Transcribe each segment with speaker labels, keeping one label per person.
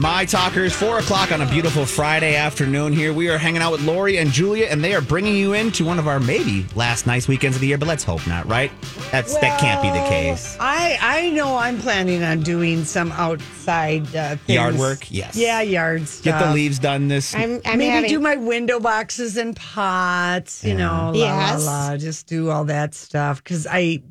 Speaker 1: My talkers, four o'clock on a beautiful Friday afternoon. Here we are hanging out with Lori and Julia, and they are bringing you into one of our maybe last nice weekends of the year, but let's hope not, right? That's that can't be the
Speaker 2: Well,
Speaker 1: case.
Speaker 2: I I know I'm planning on doing some outside uh, things.
Speaker 1: Yard work? Yes.
Speaker 2: Yeah, yard stuff.
Speaker 1: Get the leaves done this.
Speaker 3: I'm, I'm
Speaker 2: Maybe
Speaker 3: having,
Speaker 2: do my window boxes and pots. You know, la
Speaker 3: Yes.
Speaker 2: la la. Just do all that stuff because I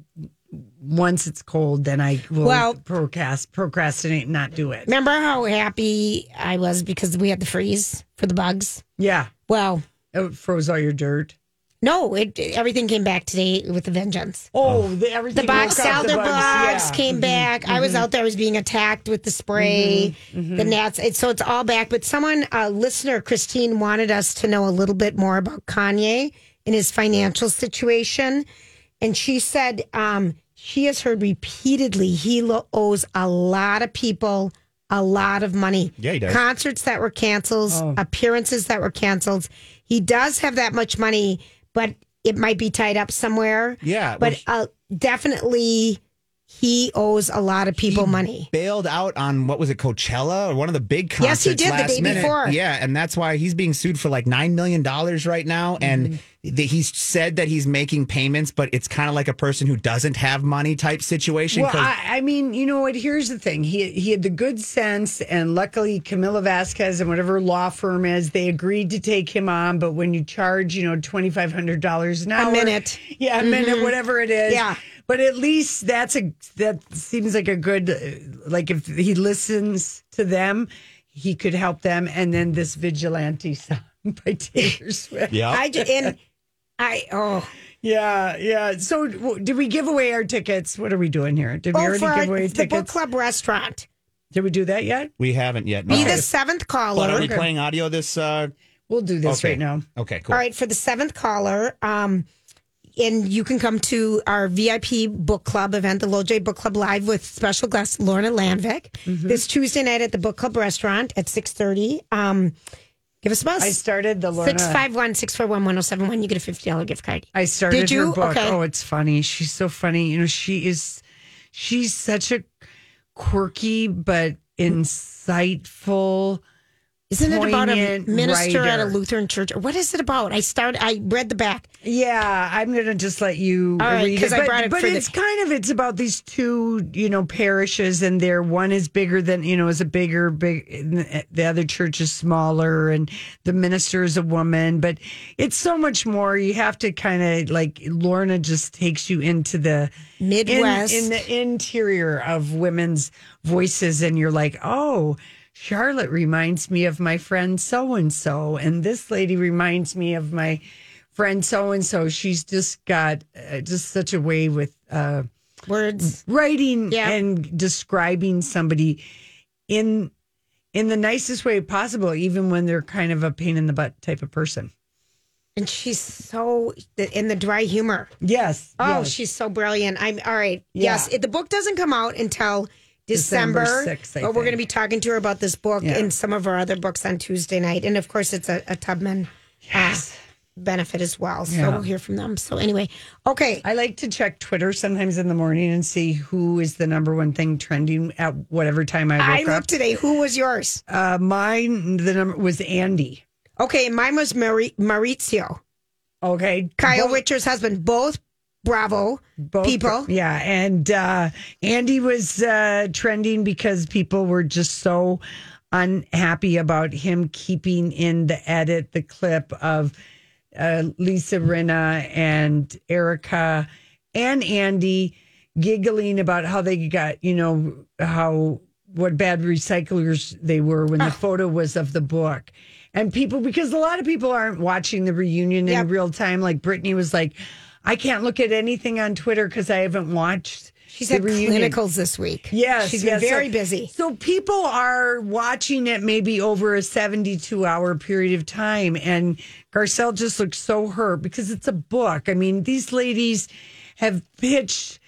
Speaker 2: once it's cold, then I will
Speaker 3: Well-
Speaker 2: procrast- procrastinate and not do it.
Speaker 3: Remember how happy I was because we had the freeze for the bugs?
Speaker 2: Yeah, Oh,
Speaker 3: Well,
Speaker 2: it froze all your dirt.
Speaker 3: no, it everything came back today with a vengeance.
Speaker 2: Oh, the, everything.
Speaker 3: The box
Speaker 2: woke up,
Speaker 3: salad
Speaker 2: the
Speaker 3: bugs,
Speaker 2: yeah.
Speaker 3: came back. I was out there, I was being attacked with the spray, the gnats. It's so it's all back. But someone, a listener, Christine, wanted us to know a little bit more about Kanye and his financial situation. And she said um, she has heard repeatedly he lo- owes a lot of people a lot of money.
Speaker 1: Yeah, he does.
Speaker 3: Concerts that were canceled, appearances that were canceled. He does have that much money, but it might be tied up somewhere.
Speaker 1: Yeah,
Speaker 3: But uh, definitely he owes a lot of people money.
Speaker 1: bailed out on what was it, Coachella or one of the big concerts.
Speaker 3: Yes, he did the
Speaker 1: last
Speaker 3: day
Speaker 1: minute.
Speaker 3: before.
Speaker 1: Yeah, and that's why he's being sued for like nine million dollars right now. And
Speaker 3: Mm-hmm.
Speaker 1: the, he's said that he's making payments, but it's kind of like a person who doesn't have money type situation.
Speaker 2: Well,
Speaker 1: 'cause-
Speaker 2: I, I mean, you know what? Here's the thing. He he had the good sense, and luckily, Camila Vasquez and whatever law firm is, they agreed to take him on. But when you charge, you know, twenty five hundred dollars an hour,
Speaker 3: minute. Mm-hmm.
Speaker 2: yeah, a minute, whatever it is,
Speaker 3: Yeah.
Speaker 2: But at least that's a that seems like a good uh, like if he listens to them, he could help them. And then this vigilante song by Taylor Swift.
Speaker 1: yeah.
Speaker 3: I ju- and I oh
Speaker 2: Yeah, yeah. So, w- did we give away our tickets? What are we doing here? Did we
Speaker 3: oh
Speaker 2: already
Speaker 3: for our-
Speaker 2: give away
Speaker 3: the book
Speaker 2: tickets?
Speaker 3: club restaurant.
Speaker 2: Did we do that yet?
Speaker 1: we haven't yet. no.
Speaker 3: Be the
Speaker 1: But
Speaker 3: seventh caller.
Speaker 1: are we playing audio this? Uh,
Speaker 2: We'll do this
Speaker 1: okay.
Speaker 2: right now.
Speaker 1: Okay, cool.
Speaker 3: All right, for the seventh caller, um, and you can come to our VIP book club event, the Loj Book Club Live with special guest Lorna Landvik
Speaker 2: Mm-hmm.
Speaker 3: this Tuesday night at the book club restaurant at six thirty. Um, give us a buzz.
Speaker 2: I started the Lorna.
Speaker 3: Six five one six four one one zero seven one. You get a fifty dollar gift card.
Speaker 2: I started
Speaker 3: Did you?
Speaker 2: her book.
Speaker 3: Okay.
Speaker 2: Oh, it's funny. She's so funny. You know, she is. She's such a quirky but insightful.
Speaker 3: Isn't it about a
Speaker 2: poignant
Speaker 3: minister at a
Speaker 2: writer.
Speaker 3: Lutheran church? What is it about? I started. I read the back.
Speaker 2: Yeah, I'm gonna just let you
Speaker 3: All right,
Speaker 2: read
Speaker 3: 'cause
Speaker 2: it.
Speaker 3: I
Speaker 2: But,
Speaker 3: brought it
Speaker 2: but
Speaker 3: for the-
Speaker 2: it's kind of it's about these two, you know, parishes, and their one is bigger than you know is a bigger big. and the- The other church is smaller, and the minister is a woman. But it's so much more. You have to kind of like Lorna just takes you into the in-
Speaker 3: Midwest.
Speaker 2: in, the interior of women's voices, and you're like, oh. Charlotte reminds me of my friend so and so, and this lady reminds me of my friend so and so she's just got uh, just such a way with uh,
Speaker 3: Words.
Speaker 2: writing
Speaker 3: Yeah.
Speaker 2: and describing somebody in in the nicest way possible even when they're kind of a pain in the butt type of person
Speaker 3: And she's so in the dry humor.
Speaker 2: yes
Speaker 3: Oh,
Speaker 2: yes.
Speaker 3: she's so brilliant. I'm all right.
Speaker 2: Yeah.
Speaker 3: Yes, it, the book doesn't come out until
Speaker 2: December
Speaker 3: December,
Speaker 2: 6th, I
Speaker 3: but we're
Speaker 2: think.
Speaker 3: going to be talking to her about this book
Speaker 2: Yeah.
Speaker 3: and some of our other books on Tuesday night, and of course, it's a, a Tubman uh, benefit as well. So
Speaker 2: Yeah.
Speaker 3: we'll hear from them. So anyway, okay,
Speaker 2: i like to check twitter sometimes in the morning and see who is the number one thing trending at whatever time i
Speaker 3: I
Speaker 2: woke up
Speaker 3: looked today. Who was yours?
Speaker 2: uh, mine the number was andy
Speaker 3: Okay, mine was Mari- Maurizio,
Speaker 2: okay
Speaker 3: Kyle
Speaker 2: Both-
Speaker 3: Richards' husband. Both Bravo
Speaker 2: both-
Speaker 3: people.
Speaker 2: Yeah, and uh, Andy was uh, trending because people were just so unhappy about him keeping in the edit the clip of uh, Lisa Rinna and Erica and Andy giggling about how they got, you know, how what bad recyclers they were when the photo was of the book. And people, because a lot of people aren't watching the reunion in
Speaker 3: Yep.
Speaker 2: real time. Like Brittany was like, I can't look at anything on Twitter because I haven't watched.
Speaker 3: She's
Speaker 2: the
Speaker 3: had
Speaker 2: reunion.
Speaker 3: clinicals this week.
Speaker 2: Yes,
Speaker 3: she's
Speaker 2: yes,
Speaker 3: been very
Speaker 2: so-
Speaker 3: busy.
Speaker 2: So people are watching it maybe over a 72 hour period of time. And Garcelle just looks so hurt because it's a book. I mean, these ladies have pitched,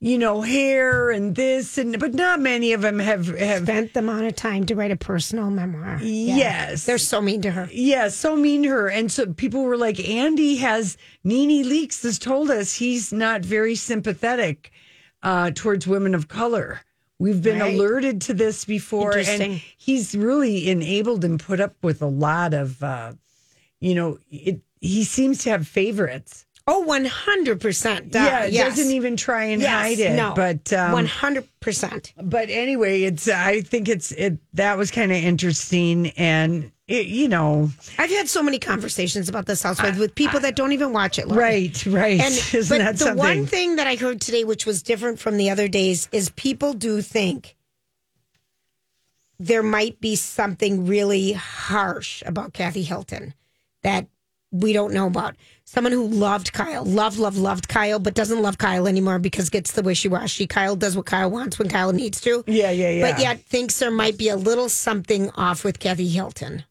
Speaker 2: you know, hair and this and but not many of them have have
Speaker 3: Spent the amount of time to write a personal memoir. Yeah.
Speaker 2: Yes.
Speaker 3: They're so mean to her.
Speaker 2: yeah, so mean to her. And so people were like, Andy has Nene Leaks has told us he's not very sympathetic uh, towards women of color. We've been
Speaker 3: Right.
Speaker 2: alerted to this before, and
Speaker 3: Interesting.
Speaker 2: he's really enabled and put up with a lot of, uh, you know, it. He seems to have favorites.
Speaker 3: Oh, 100%. Duh.
Speaker 2: yeah,
Speaker 3: yes.
Speaker 2: doesn't even try and
Speaker 3: Yes,
Speaker 2: hide it.
Speaker 3: No,
Speaker 2: but um,
Speaker 3: 100%.
Speaker 2: but anyway, it's. I think it's it. That was kind of interesting, and it, you know,
Speaker 3: I've had so many conversations about this housewives with people that don't even watch it. Lori.
Speaker 2: right, right.
Speaker 3: And
Speaker 2: Isn't
Speaker 3: but
Speaker 2: that
Speaker 3: the
Speaker 2: something?
Speaker 3: one thing that I heard today, which was different from the other days, is people do think there might be something really harsh about Kathy Hilton that we don't know about. Someone who loved Kyle, loved, loved, loved Kyle, but doesn't love Kyle anymore because gets the wishy washy. Kyle does what Kyle wants when Kyle needs to.
Speaker 2: Yeah, yeah, yeah.
Speaker 3: But yet thinks there might be a little something off with Kathy Hilton.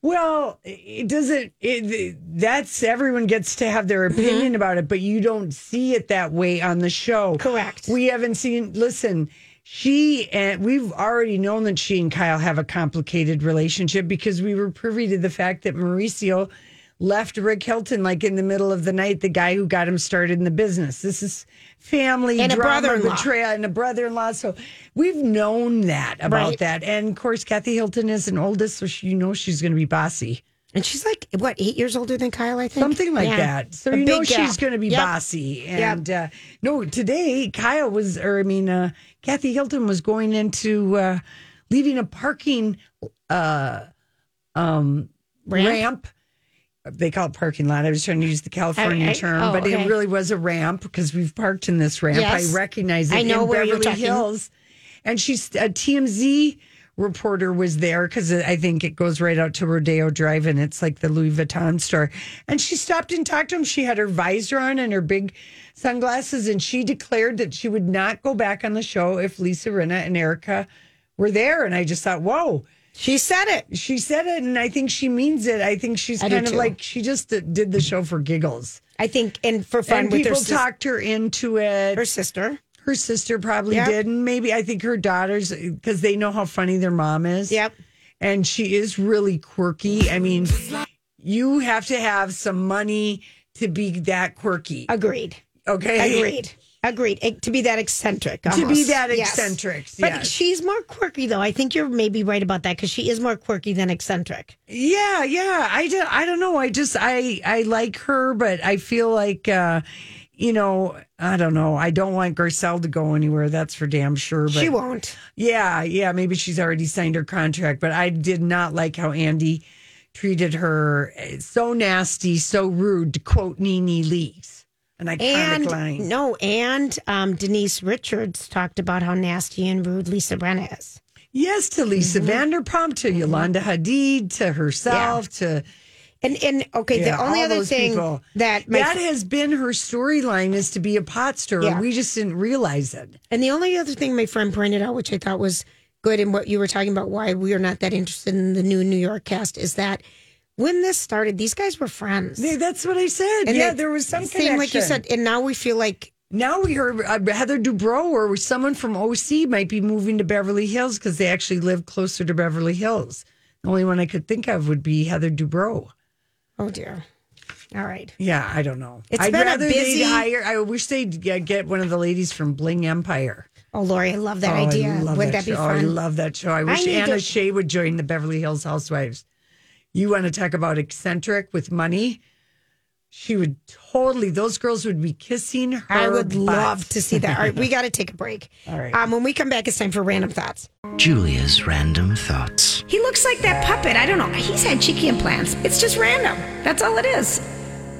Speaker 2: Well, it doesn't. It, that's everyone gets to have their opinion about it, but you don't see it that way on the show.
Speaker 3: Correct.
Speaker 2: We haven't seen. Listen, she and we've already known that she and Kyle have a complicated relationship because we were privy to the fact that Mauricio left Rick Hilton like in the middle of the night. The guy who got him started in the business. This is family
Speaker 3: And a
Speaker 2: drama,
Speaker 3: brother-in-law.
Speaker 2: betrayal, and a brother-in-law. So we've known that about
Speaker 3: Right.
Speaker 2: that, and of course Kathy Hilton is an oldest, so she, you know she's going to be bossy.
Speaker 3: And she's like, what, eight years older than Kyle, I think?
Speaker 2: Something like
Speaker 3: Yeah.
Speaker 2: that. So
Speaker 3: A
Speaker 2: you know
Speaker 3: big
Speaker 2: she's
Speaker 3: gap.
Speaker 2: going to be
Speaker 3: Yep.
Speaker 2: bossy. And uh, no, today Kyle was, or I mean, uh, Kathy Hilton was going into uh, leaving a parking uh, um, ramp.
Speaker 3: Ramp?
Speaker 2: They call it parking lot. I was trying to use the California
Speaker 3: I- I-
Speaker 2: term,
Speaker 3: oh,
Speaker 2: but
Speaker 3: okay.
Speaker 2: it really was a ramp because we've parked in this ramp.
Speaker 3: Yes.
Speaker 2: I recognize it.
Speaker 3: I know
Speaker 2: in
Speaker 3: where you're
Speaker 2: Beverly
Speaker 3: talking.
Speaker 2: Hills, and she's a TMZ reporter was there because I think it goes right out to Rodeo Drive, and it's like the Louis Vuitton store. And she stopped and talked to him. She had her visor on and her big sunglasses, and she declared that she would not go back on the show if Lisa Rinna and Erica were there. And I just thought, whoa
Speaker 3: She said it.
Speaker 2: she said it and i think she means it i think she's
Speaker 3: I do
Speaker 2: kind of
Speaker 3: too.
Speaker 2: like she just did the show for giggles
Speaker 3: I think, and for fun
Speaker 2: and
Speaker 3: with her,
Speaker 2: people
Speaker 3: sis-
Speaker 2: talked her into
Speaker 3: her
Speaker 2: it
Speaker 3: sister.
Speaker 2: her sister probably
Speaker 3: Yep.
Speaker 2: did and maybe i think her daughters because they know how funny their mom is
Speaker 3: Yep.
Speaker 2: and she is really quirky i mean you have to have some money to be that quirky
Speaker 3: Agreed.
Speaker 2: okay
Speaker 3: Agreed. Agreed. Eh, to be that eccentric.
Speaker 2: To be
Speaker 3: almost.
Speaker 2: that
Speaker 3: Yes.
Speaker 2: eccentric,
Speaker 3: But
Speaker 2: yes.
Speaker 3: she's more quirky, though. I think you're maybe right about that because she is more quirky than eccentric.
Speaker 2: Yeah, yeah. I don't, I don't know. I just I I like her, but I feel like uh you know, I don't know. I don't want Garcelle to go anywhere. That's for damn sure. But
Speaker 3: she won't.
Speaker 2: yeah, yeah. Maybe she's already signed her contract, but I did not like how Andy treated her. eh, So nasty, so rude. To quote Nene Leaks, an iconic
Speaker 3: And
Speaker 2: line.
Speaker 3: no, and um, Denise Richards talked about how nasty and rude Lisa Brenna is.
Speaker 2: Yes, to Lisa
Speaker 3: Mm-hmm.
Speaker 2: Vanderpump, to Yolanda Hadid, to herself, to
Speaker 3: And and okay,
Speaker 2: Yeah,
Speaker 3: the only
Speaker 2: all
Speaker 3: other
Speaker 2: those
Speaker 3: thing
Speaker 2: people.
Speaker 3: that my
Speaker 2: that has been her storyline is to be a pot stirrer.
Speaker 3: Yeah.
Speaker 2: We just didn't realize it.
Speaker 3: And the only other thing my friend pointed out, which I thought was good, and what you were talking about, why we are not that interested in the new New York cast, is that when this started, these guys were friends.
Speaker 2: Yeah, That's what I said.
Speaker 3: And
Speaker 2: yeah,
Speaker 3: they-
Speaker 2: there was some
Speaker 3: same
Speaker 2: connection.
Speaker 3: like you said, and now we feel like
Speaker 2: Now we heard uh, Heather Dubrow or someone from OC might be moving to Beverly Hills because they actually live closer to Beverly Hills. The only one I could think of would be Heather Dubrow.
Speaker 3: oh dear, all right.
Speaker 2: Yeah, I don't know.
Speaker 3: It's
Speaker 2: I'd
Speaker 3: been a
Speaker 2: rather they'd
Speaker 3: busy-
Speaker 2: hire. I wish they'd uh, get one of the ladies from Bling Empire.
Speaker 3: Oh, Lori, I love that
Speaker 2: Oh,
Speaker 3: idea.
Speaker 2: I love
Speaker 3: Would
Speaker 2: that
Speaker 3: that, be
Speaker 2: show.
Speaker 3: fun?
Speaker 2: Oh, I love that show. I wish
Speaker 3: need
Speaker 2: Anna
Speaker 3: to-
Speaker 2: Shea would join the Beverly Hills Housewives. You want to talk about eccentric with money? She would totally, those girls would be kissing her.
Speaker 3: I would
Speaker 2: butt.
Speaker 3: love to see that. All right, we got to take a break.
Speaker 2: All right.
Speaker 3: Um, when we come back, it's time for random thoughts.
Speaker 4: Julia's random thoughts.
Speaker 5: He looks like that puppet. I don't know. He's had cheeky implants. It's just random. That's all it is.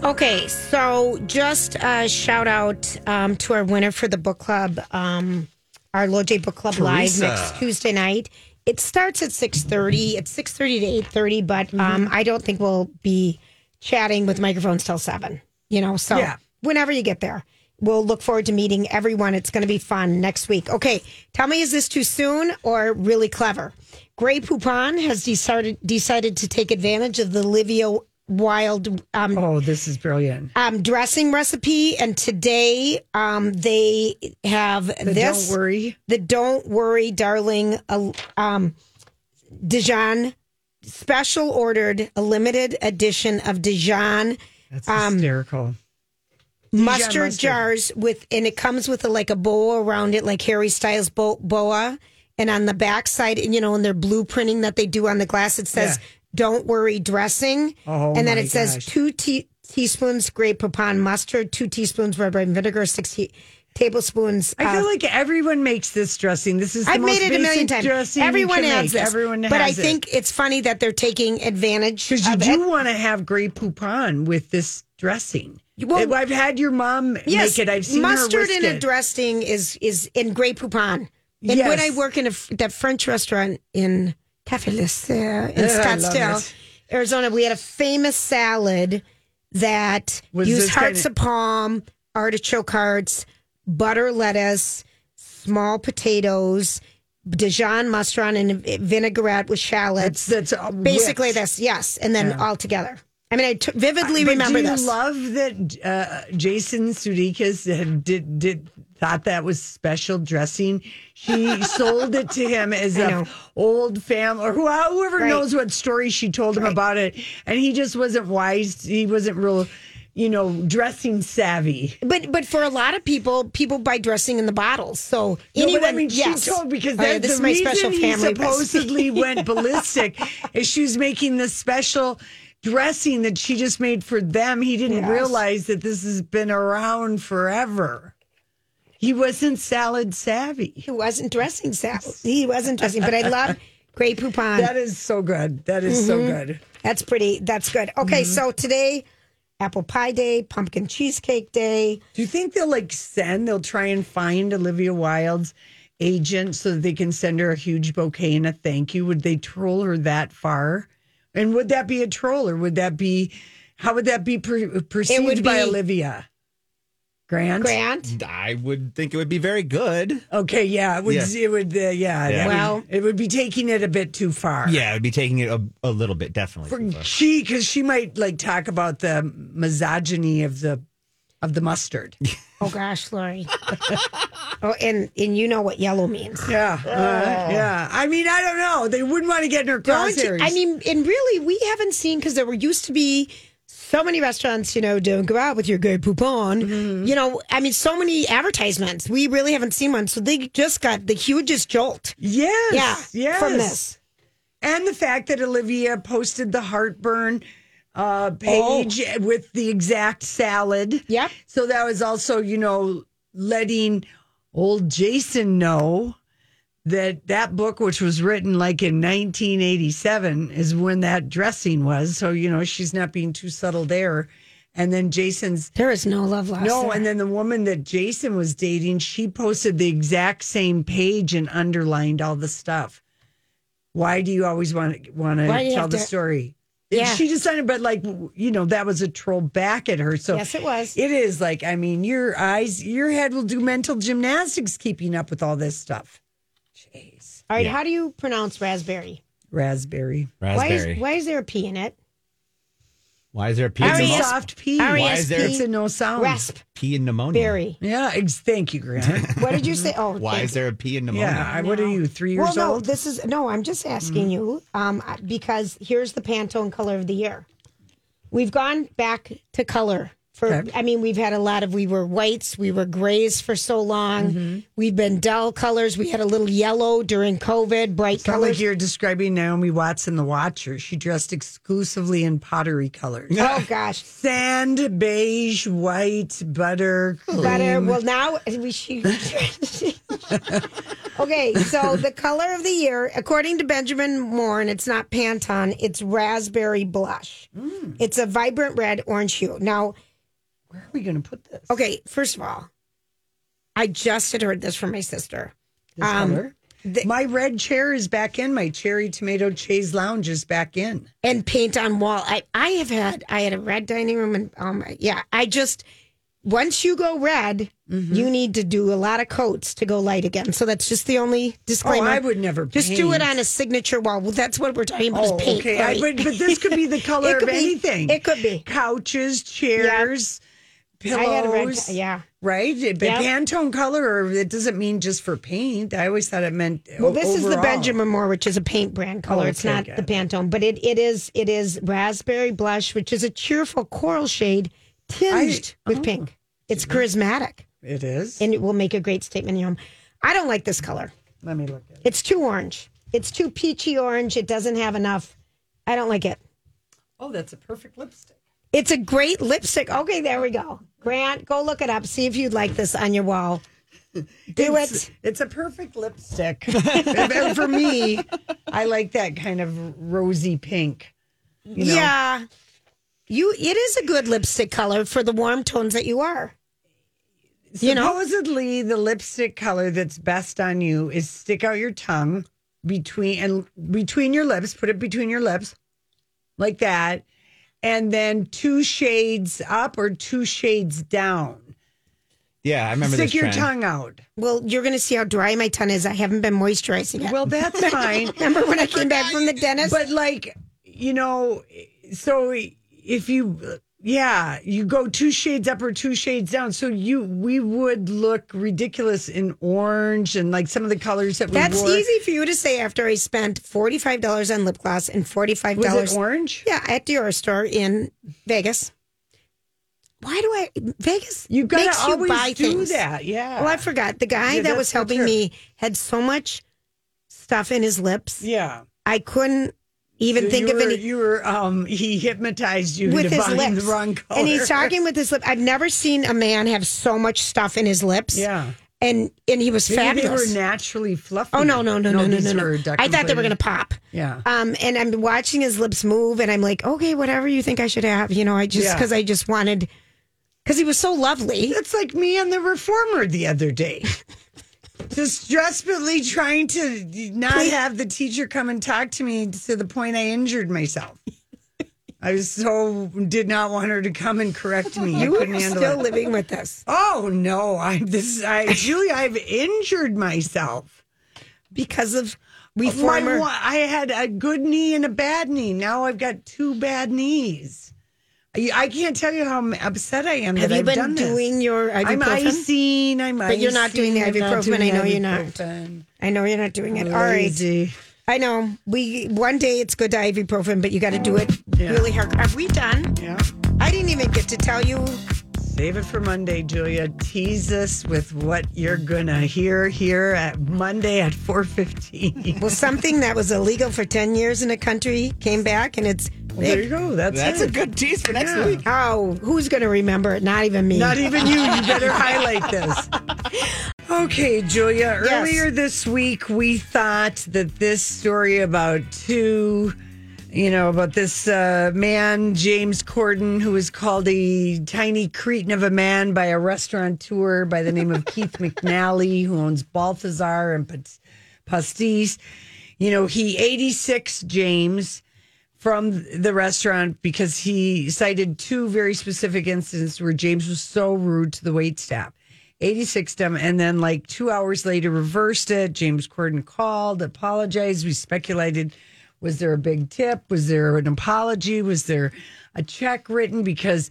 Speaker 3: Okay, so just a shout out um, to our winner for the book club, um, our Loj Book Club
Speaker 1: Teresa.
Speaker 3: Live next Tuesday night. It starts at six thirty. It's six thirty to eight thirty, but um, I don't think we'll be chatting with microphones till seven. You know, so
Speaker 2: Yeah.
Speaker 3: whenever you get there, we'll look forward to meeting everyone. It's going to be fun next week. Okay, tell me, is this too soon or really clever? Gray Poupon has decided decided to take advantage of the Livio Wild um,
Speaker 2: Oh, this is brilliant.
Speaker 3: um, dressing recipe, and today um, they have
Speaker 2: But
Speaker 3: this
Speaker 2: Don't worry.
Speaker 3: the "Don't Worry, Darling" uh, um, Dijon special ordered a limited edition of Dijon
Speaker 2: That's
Speaker 3: Um,
Speaker 2: hysterical.
Speaker 3: mustard,
Speaker 2: mustard.
Speaker 3: jars with, and it comes with a, like a boa around it, like Harry Styles bo- boa, and on the backside, you know, in their blueprinting that they do on the glass, it says
Speaker 2: Yeah.
Speaker 3: "Don't Worry, Dressing."
Speaker 2: Oh,
Speaker 3: and then
Speaker 2: my
Speaker 3: it says
Speaker 2: gosh.
Speaker 3: two tea- teaspoons grape poupon mustard, two teaspoons red wine vinegar, six tea- tablespoons.
Speaker 2: I feel
Speaker 3: uh,
Speaker 2: like everyone makes this dressing. This is the
Speaker 3: I've
Speaker 2: most
Speaker 3: made it a million
Speaker 2: basic
Speaker 3: times.
Speaker 2: dressing you
Speaker 3: Everyone
Speaker 2: can
Speaker 3: adds
Speaker 2: make.
Speaker 3: this,
Speaker 2: Everyone
Speaker 3: but I
Speaker 2: has it.
Speaker 3: think it's funny that they're taking advantage
Speaker 2: Because you
Speaker 3: of
Speaker 2: do
Speaker 3: it.
Speaker 2: want to have Grey Poupon with this dressing.
Speaker 3: Well-
Speaker 2: I've had your mom
Speaker 3: Yes,
Speaker 2: make it. I've seen
Speaker 3: mustard
Speaker 2: her whisk
Speaker 3: in a
Speaker 2: it.
Speaker 3: dressing is is in Grey Poupon. And when
Speaker 2: Yes.
Speaker 3: I work in a, f- that French restaurant in Cafe Le Serre in
Speaker 2: Ugh, I love
Speaker 3: Scottsdale, Arizona, we had a famous salad that
Speaker 2: Was
Speaker 3: used
Speaker 2: this kind
Speaker 3: hearts
Speaker 2: of-
Speaker 3: of palm, artichoke hearts, butter lettuce, small potatoes, Dijon mustard, and a vinaigrette with shallots.
Speaker 2: That's, that's uh,
Speaker 3: Basically,
Speaker 2: whipped.
Speaker 3: this, yes, and then all together. I mean, I t- vividly
Speaker 2: But
Speaker 3: remember
Speaker 2: do you
Speaker 3: this.
Speaker 2: love that uh, Jason Sudeikis had, did did thought that was special dressing? She sold it to him as
Speaker 3: I
Speaker 2: a
Speaker 3: know.
Speaker 2: old family, or who- whoever
Speaker 3: Right.
Speaker 2: knows what story she told him about it, and he just wasn't wise. He wasn't real, you know, dressing savvy.
Speaker 3: But but for a lot of people, people buy dressing in the bottles. So
Speaker 2: No,
Speaker 3: anyone,
Speaker 2: but I mean,
Speaker 3: yes.
Speaker 2: she told because
Speaker 3: All right,
Speaker 2: that,
Speaker 3: this
Speaker 2: the
Speaker 3: is my
Speaker 2: reason
Speaker 3: special
Speaker 2: he
Speaker 3: family recipe.
Speaker 2: supposedly went ballistic is she was making this special dressing that she just made for them. He didn't realize that this has been around forever. He wasn't salad savvy.
Speaker 3: He wasn't dressing, Sal. He wasn't dressing. But I love Grey Poupon.
Speaker 2: That is so good. That is Mm-hmm. so
Speaker 3: Mm-hmm.
Speaker 2: good.
Speaker 3: That's pretty. That's good. Okay, so today, apple pie day, pumpkin cheesecake day.
Speaker 2: Do you think they'll like send? They'll try and find Olivia Wilde's agent so that they can send her a huge bouquet and a thank you. Would they troll her that far? And would that be a troll or would that be? How would that be per- perceived by
Speaker 3: be-
Speaker 2: Olivia? Grant.
Speaker 3: Grant,
Speaker 1: I would think it would be very good.
Speaker 2: Okay. Yeah. It would.
Speaker 1: Yeah.
Speaker 2: It would. Uh, yeah. that would-
Speaker 3: Well-
Speaker 2: it would be taking it a bit too far.
Speaker 1: Yeah, I'd be taking it a, a little bit, definitely.
Speaker 2: She, because she might like talk about the misogyny of the of the mustard.
Speaker 3: oh gosh, Lori. oh, and and you know what yellow means.
Speaker 2: Yeah, uh, yeah. I mean, I don't know. They wouldn't want to get in her
Speaker 3: Don't you-
Speaker 2: crosshairs.
Speaker 3: I mean, and really, we haven't seen because there were used to be so many restaurants. You know, don't go out with your gay poupon. You know, I mean, so many advertisements. We really haven't seen one, so they just got the hugest jolt.
Speaker 2: yes,
Speaker 3: yeah,
Speaker 2: yes.
Speaker 3: from this.
Speaker 2: and the fact that Olivia posted the heartburn uh, page
Speaker 3: Oh.
Speaker 2: with the exact salad.
Speaker 3: Yep.
Speaker 2: So that was also, you know, letting old Jason know that that book, which was written like in 1987, is when that dressing was. So you know, she's not being too subtle there. And then Jason's
Speaker 3: There is no love lost.
Speaker 2: No,
Speaker 3: there.
Speaker 2: and then the woman that Jason was dating, she posted the exact same page and underlined all the stuff. Why do you always want to want to
Speaker 3: Why do you
Speaker 2: tell
Speaker 3: have
Speaker 2: the
Speaker 3: to-
Speaker 2: story?
Speaker 3: Yeah.
Speaker 2: She decided, but like you know, that was a troll back at her. So
Speaker 3: Yes, it was.
Speaker 2: It is like I mean, your eyes, your head will do mental gymnastics keeping up with all this stuff. Jeez,
Speaker 3: all right, how do you pronounce raspberry?
Speaker 2: raspberry.
Speaker 3: Why
Speaker 1: Raspberry.
Speaker 3: is why is there a p in it?
Speaker 1: Why is there a P in
Speaker 2: It's
Speaker 3: Ari-
Speaker 2: a
Speaker 1: pneumonia?
Speaker 2: soft P.
Speaker 3: Ari-
Speaker 1: Why is there
Speaker 2: It's a no
Speaker 3: Oh.
Speaker 2: sound.
Speaker 3: Raspberry.
Speaker 1: P in pneumonia?
Speaker 2: Yeah. Ex- thank you, Grant.
Speaker 3: What did you say? Oh,
Speaker 1: Why
Speaker 3: thank
Speaker 1: is there a P in pneumonia?
Speaker 2: yeah. I- What are you? Three years
Speaker 3: Well, no,
Speaker 2: old? Mm-hmm.
Speaker 3: this is no. I'm just asking you um, because here's the Pantone color of the year. We've gone back to color For I mean, we've had a lot of we were whites, we were grays for so long.
Speaker 2: Mm-hmm.
Speaker 3: We've been dull colors. We had a little yellow during COVID, bright
Speaker 2: Not like
Speaker 3: colors.
Speaker 2: you're describing Naomi Watts in The Watcher. She dressed exclusively in pottery colors.
Speaker 3: oh gosh.
Speaker 2: Sand, beige, white, butter,
Speaker 3: Better. uh, Well, now we should. okay, so the color of the year, according to Benjamin Moore, and it's not Pantone, it's raspberry blush.
Speaker 2: Mm.
Speaker 3: It's a vibrant red orange hue. Now,
Speaker 2: Where are we going to put this?
Speaker 3: okay, first of all, I just had heard this from my sister.
Speaker 2: This
Speaker 3: um,
Speaker 2: color? my red chair is back in. My cherry tomato chaise lounge is back in.
Speaker 3: and paint on wall. I I have had I had a red dining room and oh my yeah. I just once you go red,
Speaker 2: Mm-hmm.
Speaker 3: you need to do a lot of coats to go light again. So that's just the only disclaimer.
Speaker 2: Oh, I would never
Speaker 3: Oh, just do it
Speaker 2: paint.
Speaker 3: on a signature wall. Well, that's what we're talking about.
Speaker 2: Oh,
Speaker 3: is paint,
Speaker 2: okay.
Speaker 3: right?
Speaker 2: I would, but this could be the color of
Speaker 3: could be-
Speaker 2: anything.
Speaker 3: it could be.
Speaker 2: couches, chairs,
Speaker 3: I
Speaker 2: pillows.
Speaker 3: had a red. Yeah.
Speaker 2: Right, It- but
Speaker 3: Yep.
Speaker 2: Pantone color. It doesn't mean just for paint. I always thought it meant.
Speaker 3: Well, this is the
Speaker 2: overall. Oh,
Speaker 3: Benjamin Moore, which is a paint brand color. it's
Speaker 2: okay,
Speaker 3: not
Speaker 2: got
Speaker 3: the Pantone, but it, it is it is raspberry blush, which is a cheerful coral shade tinged with
Speaker 2: oh,
Speaker 3: pink. It's charismatic,
Speaker 2: It is.
Speaker 3: and it will make a great statement in your home. I don't like this color.
Speaker 2: Let me look at it.
Speaker 3: It's too orange. It's too peachy orange. It doesn't have enough. I don't like it.
Speaker 2: Oh, that's a perfect lipstick.
Speaker 3: It's a great lipstick. Okay, there we go. Grant, go look it up. See if you'd like this on your wall. Do it.
Speaker 2: It's a perfect lipstick And for me. I like that kind of rosy pink. You know,
Speaker 3: Yeah. You it is a good lipstick color for the warm tones that you are. You know?
Speaker 2: supposedly the lipstick color that's best on you is stick out your tongue between and between your lips put it between your lips like that and then two shades up or two shades down
Speaker 1: Yeah, I remember
Speaker 2: stick
Speaker 1: this
Speaker 2: your
Speaker 1: trend.
Speaker 2: tongue out
Speaker 3: Well, you're gonna see how dry my tongue is. I haven't been moisturizing it.
Speaker 2: well that's fine
Speaker 3: Remember when I came back from the dentist?
Speaker 2: but like you know so if you yeah you go two shades up or two shades down so you we would look ridiculous in orange and like some of the colors that we
Speaker 3: That's
Speaker 2: wore.
Speaker 3: easy for you to say after I spent forty five dollars on lip gloss and forty five
Speaker 2: was
Speaker 3: dollars
Speaker 2: it orange
Speaker 3: Yeah, at Dior store in Vegas. Why do I Vegas?
Speaker 2: You've got
Speaker 3: makes
Speaker 2: to
Speaker 3: you
Speaker 2: always
Speaker 3: buy
Speaker 2: do
Speaker 3: things.
Speaker 2: that. Yeah.
Speaker 3: Well, I forgot. The guy
Speaker 2: Yeah,
Speaker 3: that
Speaker 2: that's
Speaker 3: was
Speaker 2: for
Speaker 3: helping
Speaker 2: sure.
Speaker 3: me had so much stuff in his lips.
Speaker 2: yeah.
Speaker 3: I couldn't even think
Speaker 2: you
Speaker 3: of
Speaker 2: were,
Speaker 3: any
Speaker 2: You were. Um. He hypnotized you
Speaker 3: with
Speaker 2: into
Speaker 3: his
Speaker 2: buying
Speaker 3: lips.
Speaker 2: the wrong color.
Speaker 3: And he's talking with his lip. I've never seen a man have so much stuff in his lips.
Speaker 2: Yeah.
Speaker 3: And and he was
Speaker 2: Maybe
Speaker 3: fabulous.
Speaker 2: They were naturally fluffy.
Speaker 3: oh no, no, no, no, no,
Speaker 2: these
Speaker 3: no, no.
Speaker 2: were
Speaker 3: I thought they
Speaker 2: decorated.
Speaker 3: were gonna pop.
Speaker 2: Yeah.
Speaker 3: Um, and I'm watching his lips move, and I'm like, okay, whatever you think I should have, you know, I just
Speaker 2: Yeah.
Speaker 3: because I just wanted, because he was so lovely.
Speaker 2: That's like me and the reformer the other day. Just desperately trying to not have the teacher come and talk to me to the point I injured myself. I was so did not want her to come and correct me.
Speaker 3: You
Speaker 2: I couldn't
Speaker 3: were
Speaker 2: handle
Speaker 3: still
Speaker 2: it.
Speaker 3: living with us
Speaker 2: Oh no, I this I Julie, I've injured myself.
Speaker 3: because of we
Speaker 2: My,
Speaker 3: former.
Speaker 2: one- I had a good knee and a bad knee. Now I've got two bad knees. I, I can't tell you how upset I am
Speaker 3: Have
Speaker 2: that
Speaker 3: you
Speaker 2: I've
Speaker 3: been
Speaker 2: done this.
Speaker 3: doing your
Speaker 2: I'm
Speaker 3: ibuprofen?
Speaker 2: icing. I'm
Speaker 3: But you're not doing the
Speaker 2: icing, I'm not
Speaker 3: ibuprofen,
Speaker 2: doing
Speaker 3: I know you're not.
Speaker 2: ibuprofen.
Speaker 3: I know you're not doing it. All right,
Speaker 2: Lazy.
Speaker 3: I know. We one day it's good to ibuprofen, but you got to do it really hard. Are we done?
Speaker 2: Yeah.
Speaker 3: I didn't even get to tell you.
Speaker 2: Save it for Monday, Julia. Tease us with what you're gonna hear here at Monday at 4:15.
Speaker 3: Well, something that was illegal for ten years in a country came back, and it's
Speaker 2: there
Speaker 3: big.
Speaker 2: you go. That's,
Speaker 1: That's
Speaker 2: it.
Speaker 1: a good tease for next
Speaker 2: Yeah.
Speaker 1: week.
Speaker 3: Oh, who's going to remember it? Not even me.
Speaker 2: Not even you. You better highlight this. Okay, Julia.
Speaker 3: Yes.
Speaker 2: Earlier this week, we thought that this story about two, you know, about this uh, man, James Corden, who was called a tiny cretin of a man by a restaurateur by the name of Keith McNally, who owns Balthazar and Pat- Pastis. You know, he 86, James from the restaurant because he cited two very specific incidents where James was so rude to the wait staff. 86 them and then like two hours later reversed it. James Corden called, apologized. We speculated was there a big tip? Was there an apology? Was there a check written? Because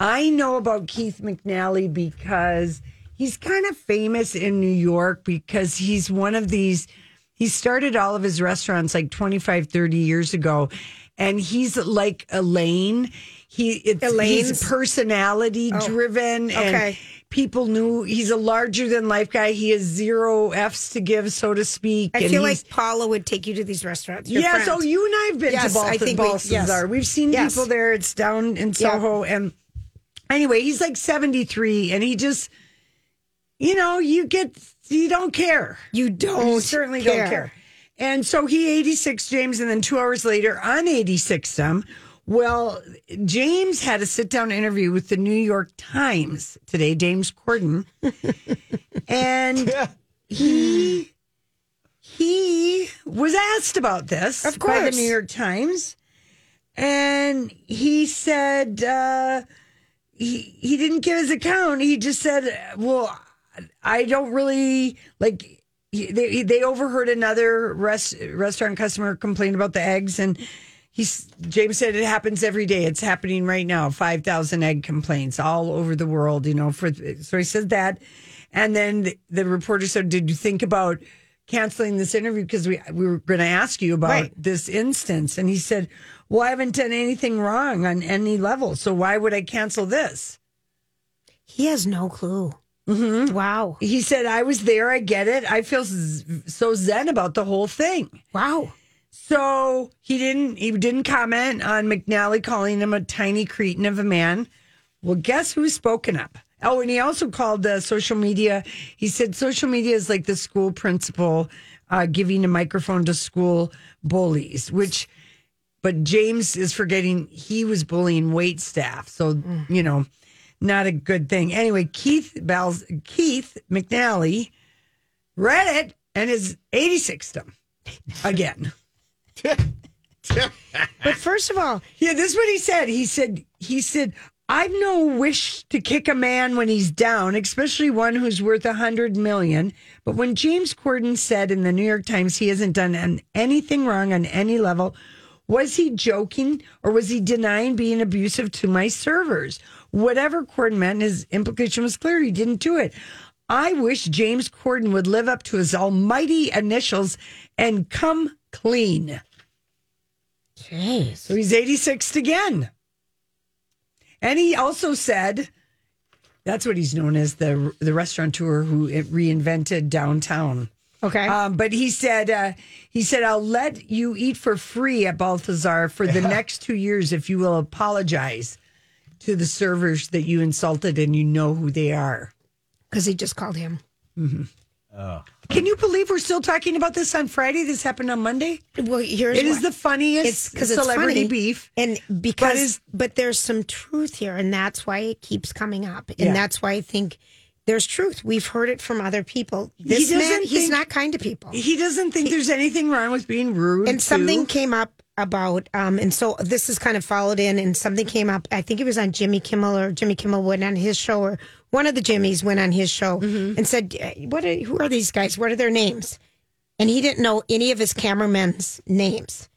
Speaker 2: I know about Keith McNally because he's kind of famous in New York because he's one of these He started all of his restaurants like 25, 30 years ago. And he's like Elaine. He it's
Speaker 3: Elaine's? Oh,
Speaker 2: he's personality driven and
Speaker 3: okay.
Speaker 2: people knew he's a larger than life guy. He has zero F's to give, so to speak.
Speaker 3: I
Speaker 2: and
Speaker 3: feel
Speaker 2: he's-
Speaker 3: like Paula would take you to these restaurants. your
Speaker 2: yeah,
Speaker 3: friend.
Speaker 2: so you and I have been
Speaker 3: Yes,
Speaker 2: to Bal-
Speaker 3: I think we-
Speaker 2: Balthazar.
Speaker 3: yes.
Speaker 2: We've seen
Speaker 3: Yes.
Speaker 2: people there. It's down in Soho. And anyway, he's like 73 and he just, you know, you get, you don't care.
Speaker 3: you don't
Speaker 2: you certainly
Speaker 3: care.
Speaker 2: don't care. And so he 86 James and then two hours later on 86 them. Well, James had a sit down interview with the New York Times today, James Corden. and he he was asked about this
Speaker 3: Of
Speaker 2: by the
Speaker 3: course.
Speaker 2: New York Times, and he said uh, he he didn't give his account. He just said, "Well, I don't really like." he- They they overheard another rest, restaurant customer complain about the eggs, and he's James said it happens every day. It's happening right now. Five thousand egg complaints all over the world. You know, for so he said that, and then the, the reporter said, "Did you think about canceling this interview because we we were going to ask you about
Speaker 3: Right.
Speaker 2: this instance?" And he said, "Well, I haven't done anything wrong on any level, so why would I cancel this?"
Speaker 3: He has no clue.
Speaker 2: Mm-hmm.
Speaker 3: Wow.
Speaker 2: He said, "I was there. I get it. I feel z- so zen about the whole thing."
Speaker 3: Wow.
Speaker 2: So he didn't he didn't comment on McNally calling him a tiny cretin of a man. Well, guess who's spoken up? Oh, and he also called the social media. He said social media is like the school principal uh, giving a microphone to school bullies, which. But James is forgetting he was bullying wait staff, so you know, not a good thing. Anyway, Keith Bals Keith McNally read it and is eighty sixth him again.
Speaker 3: But first of all,
Speaker 2: Yeah, this is what he said. He said, he said, I've no wish to kick a man when he's down, especially one who's worth a hundred million. But when James Corden said in the New York Times he hasn't done an, anything wrong on any level, was he joking or was he denying being abusive to my servers? Whatever Corden meant, his implication was clear. He didn't do it. I wish James Corden would live up to his almighty initials and come clean. So he's 86 again. And he also said that's what he's known as the the restaurateur who reinvented downtown.
Speaker 3: okay.
Speaker 2: Um, but he said uh, he said I'll let you eat for free at Balthazar for the next two years if you will apologize to the servers that you insulted and you know who they are.
Speaker 3: Because he just called him.
Speaker 2: Can you believe we're still talking about this on Friday? This happened on Monday.
Speaker 3: Well, here's
Speaker 2: It is
Speaker 3: why.
Speaker 2: the funniest
Speaker 3: it's because it's
Speaker 2: celebrity
Speaker 3: funny.
Speaker 2: beef.
Speaker 3: and because but,
Speaker 2: is-
Speaker 3: there's some truth here, and that's why it keeps coming up, and
Speaker 2: Yeah.
Speaker 3: that's why I think there's truth. We've heard it from other people. This man,
Speaker 2: doesn't
Speaker 3: he's
Speaker 2: think-
Speaker 3: not kind to people,
Speaker 2: He doesn't think there's anything wrong with being rude.
Speaker 3: and
Speaker 2: to-
Speaker 3: something came up about, um, and so this is kind of followed in, and something came up. I think it was on Jimmy Kimmel or Jimmy Kimmel went on his show, or one of the Jimmys went on his show
Speaker 2: Mm-hmm.
Speaker 3: and said, "Eh, "What? Are, who are these guys? What are their names?" And he didn't know any of his cameramen's names.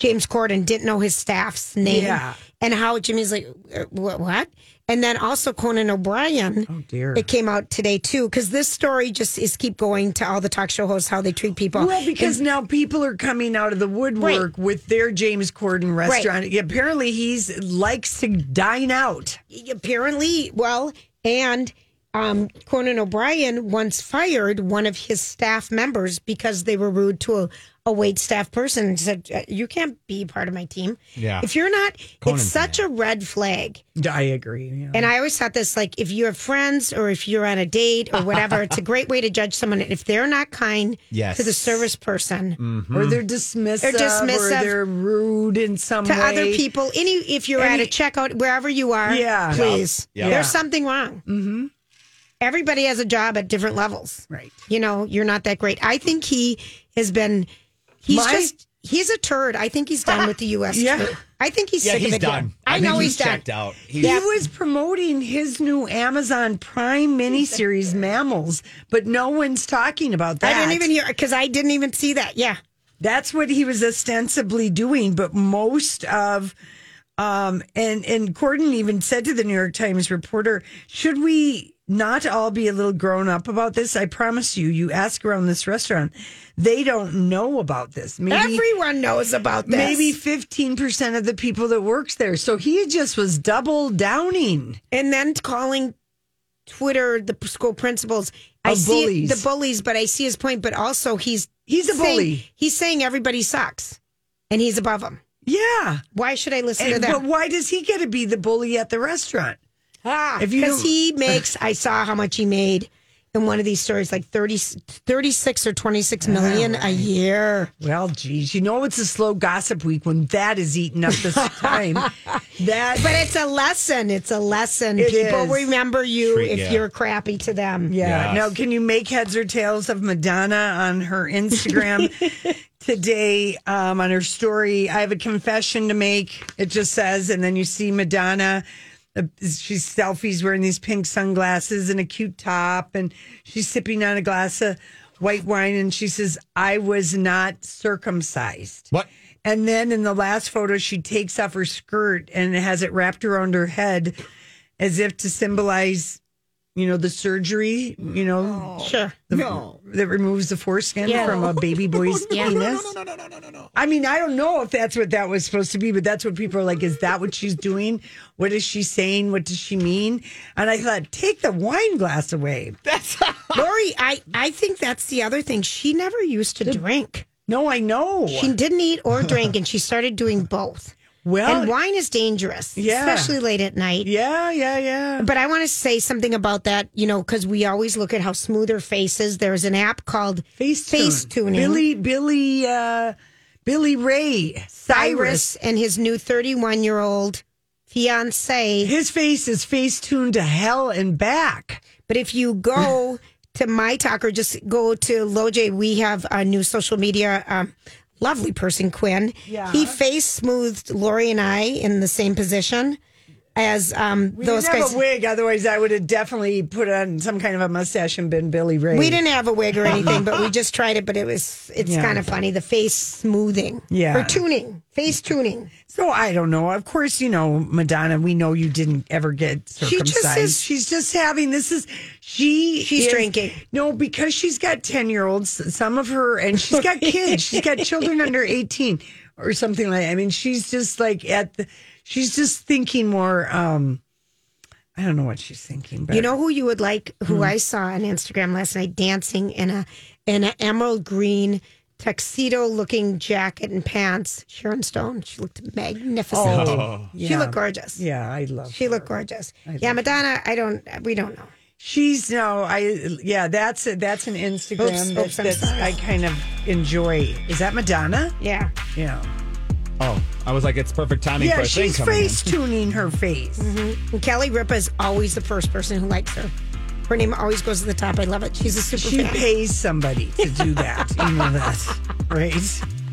Speaker 3: James Corden didn't know his staff's name.
Speaker 2: Yeah.
Speaker 3: and how Jimmy's like, "Uh, wha- what? And then also Conan O'Brien.
Speaker 2: Oh dear.
Speaker 3: It came out today too because this story just is keep going to all the talk show hosts how they treat people.
Speaker 2: Well, because now people are coming out of the woodwork with their James Corden restaurant. Apparently, he's likes to dine out.
Speaker 3: And apparently, well, and um, Conan O'Brien once fired one of his staff members because they were rude to a, a wait staff person and said, "Uh, "You can't be part of my team.
Speaker 1: Yeah.
Speaker 3: if you're not,
Speaker 1: Conan's
Speaker 3: it's such a red flag."
Speaker 2: I agree. yeah.
Speaker 3: And I always thought this like if you have friends or if you're on a date or whatever, it's a great way to judge someone. And if they're not kind
Speaker 1: Yes.
Speaker 3: to the service person,
Speaker 2: Or they're dismissive,
Speaker 3: They're
Speaker 2: or
Speaker 3: dismissive
Speaker 2: they're rude in some
Speaker 3: to
Speaker 2: way.
Speaker 3: other people, any if you're at a checkout, wherever you are,
Speaker 2: Yeah.
Speaker 3: please.
Speaker 1: Yeah.
Speaker 3: There's something wrong. Mm-hmm. Everybody has a job at different levels.
Speaker 2: Right.
Speaker 3: You know, you're not that great. I think he has been he's
Speaker 2: My-
Speaker 3: just he's a turd. I think he's done with the US.
Speaker 2: Yeah.
Speaker 3: turd. I think he's
Speaker 1: Yeah,
Speaker 3: sick of
Speaker 1: he's
Speaker 3: it. here.
Speaker 1: done.
Speaker 3: I,
Speaker 1: think
Speaker 3: know
Speaker 1: he's,
Speaker 3: he's, done.
Speaker 1: checked out. He's,
Speaker 2: He was promoting his new Amazon Prime miniseries, Mammals, but no one's talking about that.
Speaker 3: I didn't even hear because I didn't even see that. Yeah.
Speaker 2: That's what he was ostensibly doing, but most of um and and Corden even said to the New York Times reporter, should we not all be a little grown up about this. I promise you, you ask around this restaurant, they don't know about this. Maybe
Speaker 3: Everyone knows about this.
Speaker 2: maybe 15% of the people that works there. So he just was double downing.
Speaker 3: and then calling Twitter the p- school principals. I
Speaker 2: Of
Speaker 3: see
Speaker 2: bullies.
Speaker 3: the bullies, but I see his point. But also, he's
Speaker 2: He's a
Speaker 3: saying-
Speaker 2: bully.
Speaker 3: he's saying everybody sucks, and he's above them.
Speaker 2: Yeah.
Speaker 3: Why should I listen to
Speaker 2: And-
Speaker 3: them?
Speaker 2: but why does he get to be the bully at the restaurant?
Speaker 3: Ah,
Speaker 2: If you
Speaker 3: because
Speaker 2: don't-
Speaker 3: he makes, I saw how much he made in one of these stories, like 30, 36 or 26 million a year.
Speaker 2: Well, geez, you know it's a slow gossip week when that is eating up this time. that,
Speaker 3: But it's a lesson. It's a lesson.
Speaker 2: It
Speaker 3: People
Speaker 2: is.
Speaker 3: remember you
Speaker 1: Treat-
Speaker 3: if
Speaker 1: yeah.
Speaker 3: you're crappy to them.
Speaker 2: yeah.
Speaker 1: Yes.
Speaker 2: Now, can you make heads or tails of Madonna on her Instagram today um, on her story? I have a confession to make. It just says, and then you see Madonna. uh, She's selfies wearing these pink sunglasses and a cute top, and she's sipping on a glass of white wine. And she says, I was not circumcised.
Speaker 1: What?
Speaker 2: And then in the last photo, she takes off her skirt and has it wrapped around her head as if to symbolize, you know, the surgery, you know,
Speaker 1: Oh,
Speaker 3: Sure.
Speaker 2: the- that removes the foreskin from a baby boy's penis.
Speaker 1: No, no, no, no, no, no.
Speaker 2: I mean, I don't know if that's what that was supposed to be, but that's what people are like, is that what she's doing? What is she saying? What does she mean? And I thought, take the wine glass away.
Speaker 3: Lori, I, I think that's the other thing. She never used to drink.
Speaker 2: No, I know.
Speaker 3: She didn't eat or drink, and she started doing both.
Speaker 2: well,
Speaker 3: and wine is dangerous,
Speaker 2: Yeah.
Speaker 3: especially late at night.
Speaker 2: yeah, yeah, yeah.
Speaker 3: But I want to say something about that, you know, because we always look at how smooth her face is. There's an app called
Speaker 2: Face,
Speaker 3: tuning.
Speaker 2: Billy, Billy, uh, Billy Ray, Cyrus.
Speaker 3: Cyrus and his new 31 year old fiance.
Speaker 2: His face is face tuned to hell and back.
Speaker 3: But if you go to my talk or just go to Loj, we have a new social media. Um, lovely person, Quinn.
Speaker 2: Yeah.
Speaker 3: He face smoothed Lori and I in the same position as um,
Speaker 2: We
Speaker 3: those
Speaker 2: didn't
Speaker 3: guys.
Speaker 2: have a wig, otherwise I would have definitely put on some kind of a mustache and been Billy Ray.
Speaker 3: we didn't have a wig or anything, but we just tried it. But it was, it's
Speaker 2: Yeah.
Speaker 3: kind of funny. The face smoothing.
Speaker 2: Yeah.
Speaker 3: Or tuning, face tuning.
Speaker 2: So I don't know. Of course, you know Madonna. We know you didn't ever get
Speaker 3: She
Speaker 2: circumcised.
Speaker 3: just is-
Speaker 2: she's just having this is she.
Speaker 3: She's
Speaker 2: is-
Speaker 3: drinking.
Speaker 2: No, because she's got ten year olds. Some of her, and she's got kids. she's got children under eighteen or something like. I mean, she's just like at the. She's just thinking more. um I don't know what she's thinking, but
Speaker 3: You know who you would like? Who
Speaker 2: Hmm.
Speaker 3: I saw on Instagram last night dancing in a in an emerald green tuxedo looking jacket and pants. Sharon Stone. She looked magnificent. She looked gorgeous.
Speaker 2: Oh, Yeah, I love.
Speaker 3: She looked gorgeous. yeah, Madonna. I don't. We don't know.
Speaker 2: She's no, I yeah. That's a, that's an Instagram
Speaker 3: Oops,
Speaker 2: that,
Speaker 3: oops, I'm
Speaker 2: that's-
Speaker 3: sorry.
Speaker 2: I kind of enjoy. Is that Madonna?
Speaker 3: Yeah.
Speaker 2: Yeah,
Speaker 1: Oh, I was like, it's perfect timing for
Speaker 2: yeah.
Speaker 1: a thing
Speaker 2: She's
Speaker 1: coming in.
Speaker 2: face tuning her face.
Speaker 3: And Kelly Ripa is always the first person who likes her. Her name always goes to the top. I love it. She's a super
Speaker 2: She
Speaker 3: fan.
Speaker 2: pays somebody to do that. you know that, right?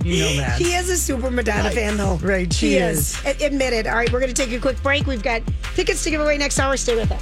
Speaker 2: You know that.
Speaker 3: She is a super Madonna fan, though.
Speaker 2: Right, she is.
Speaker 3: Admitted. Admit it. All right, we're going to take a quick break. We've got tickets to give away next hour. Stay with us.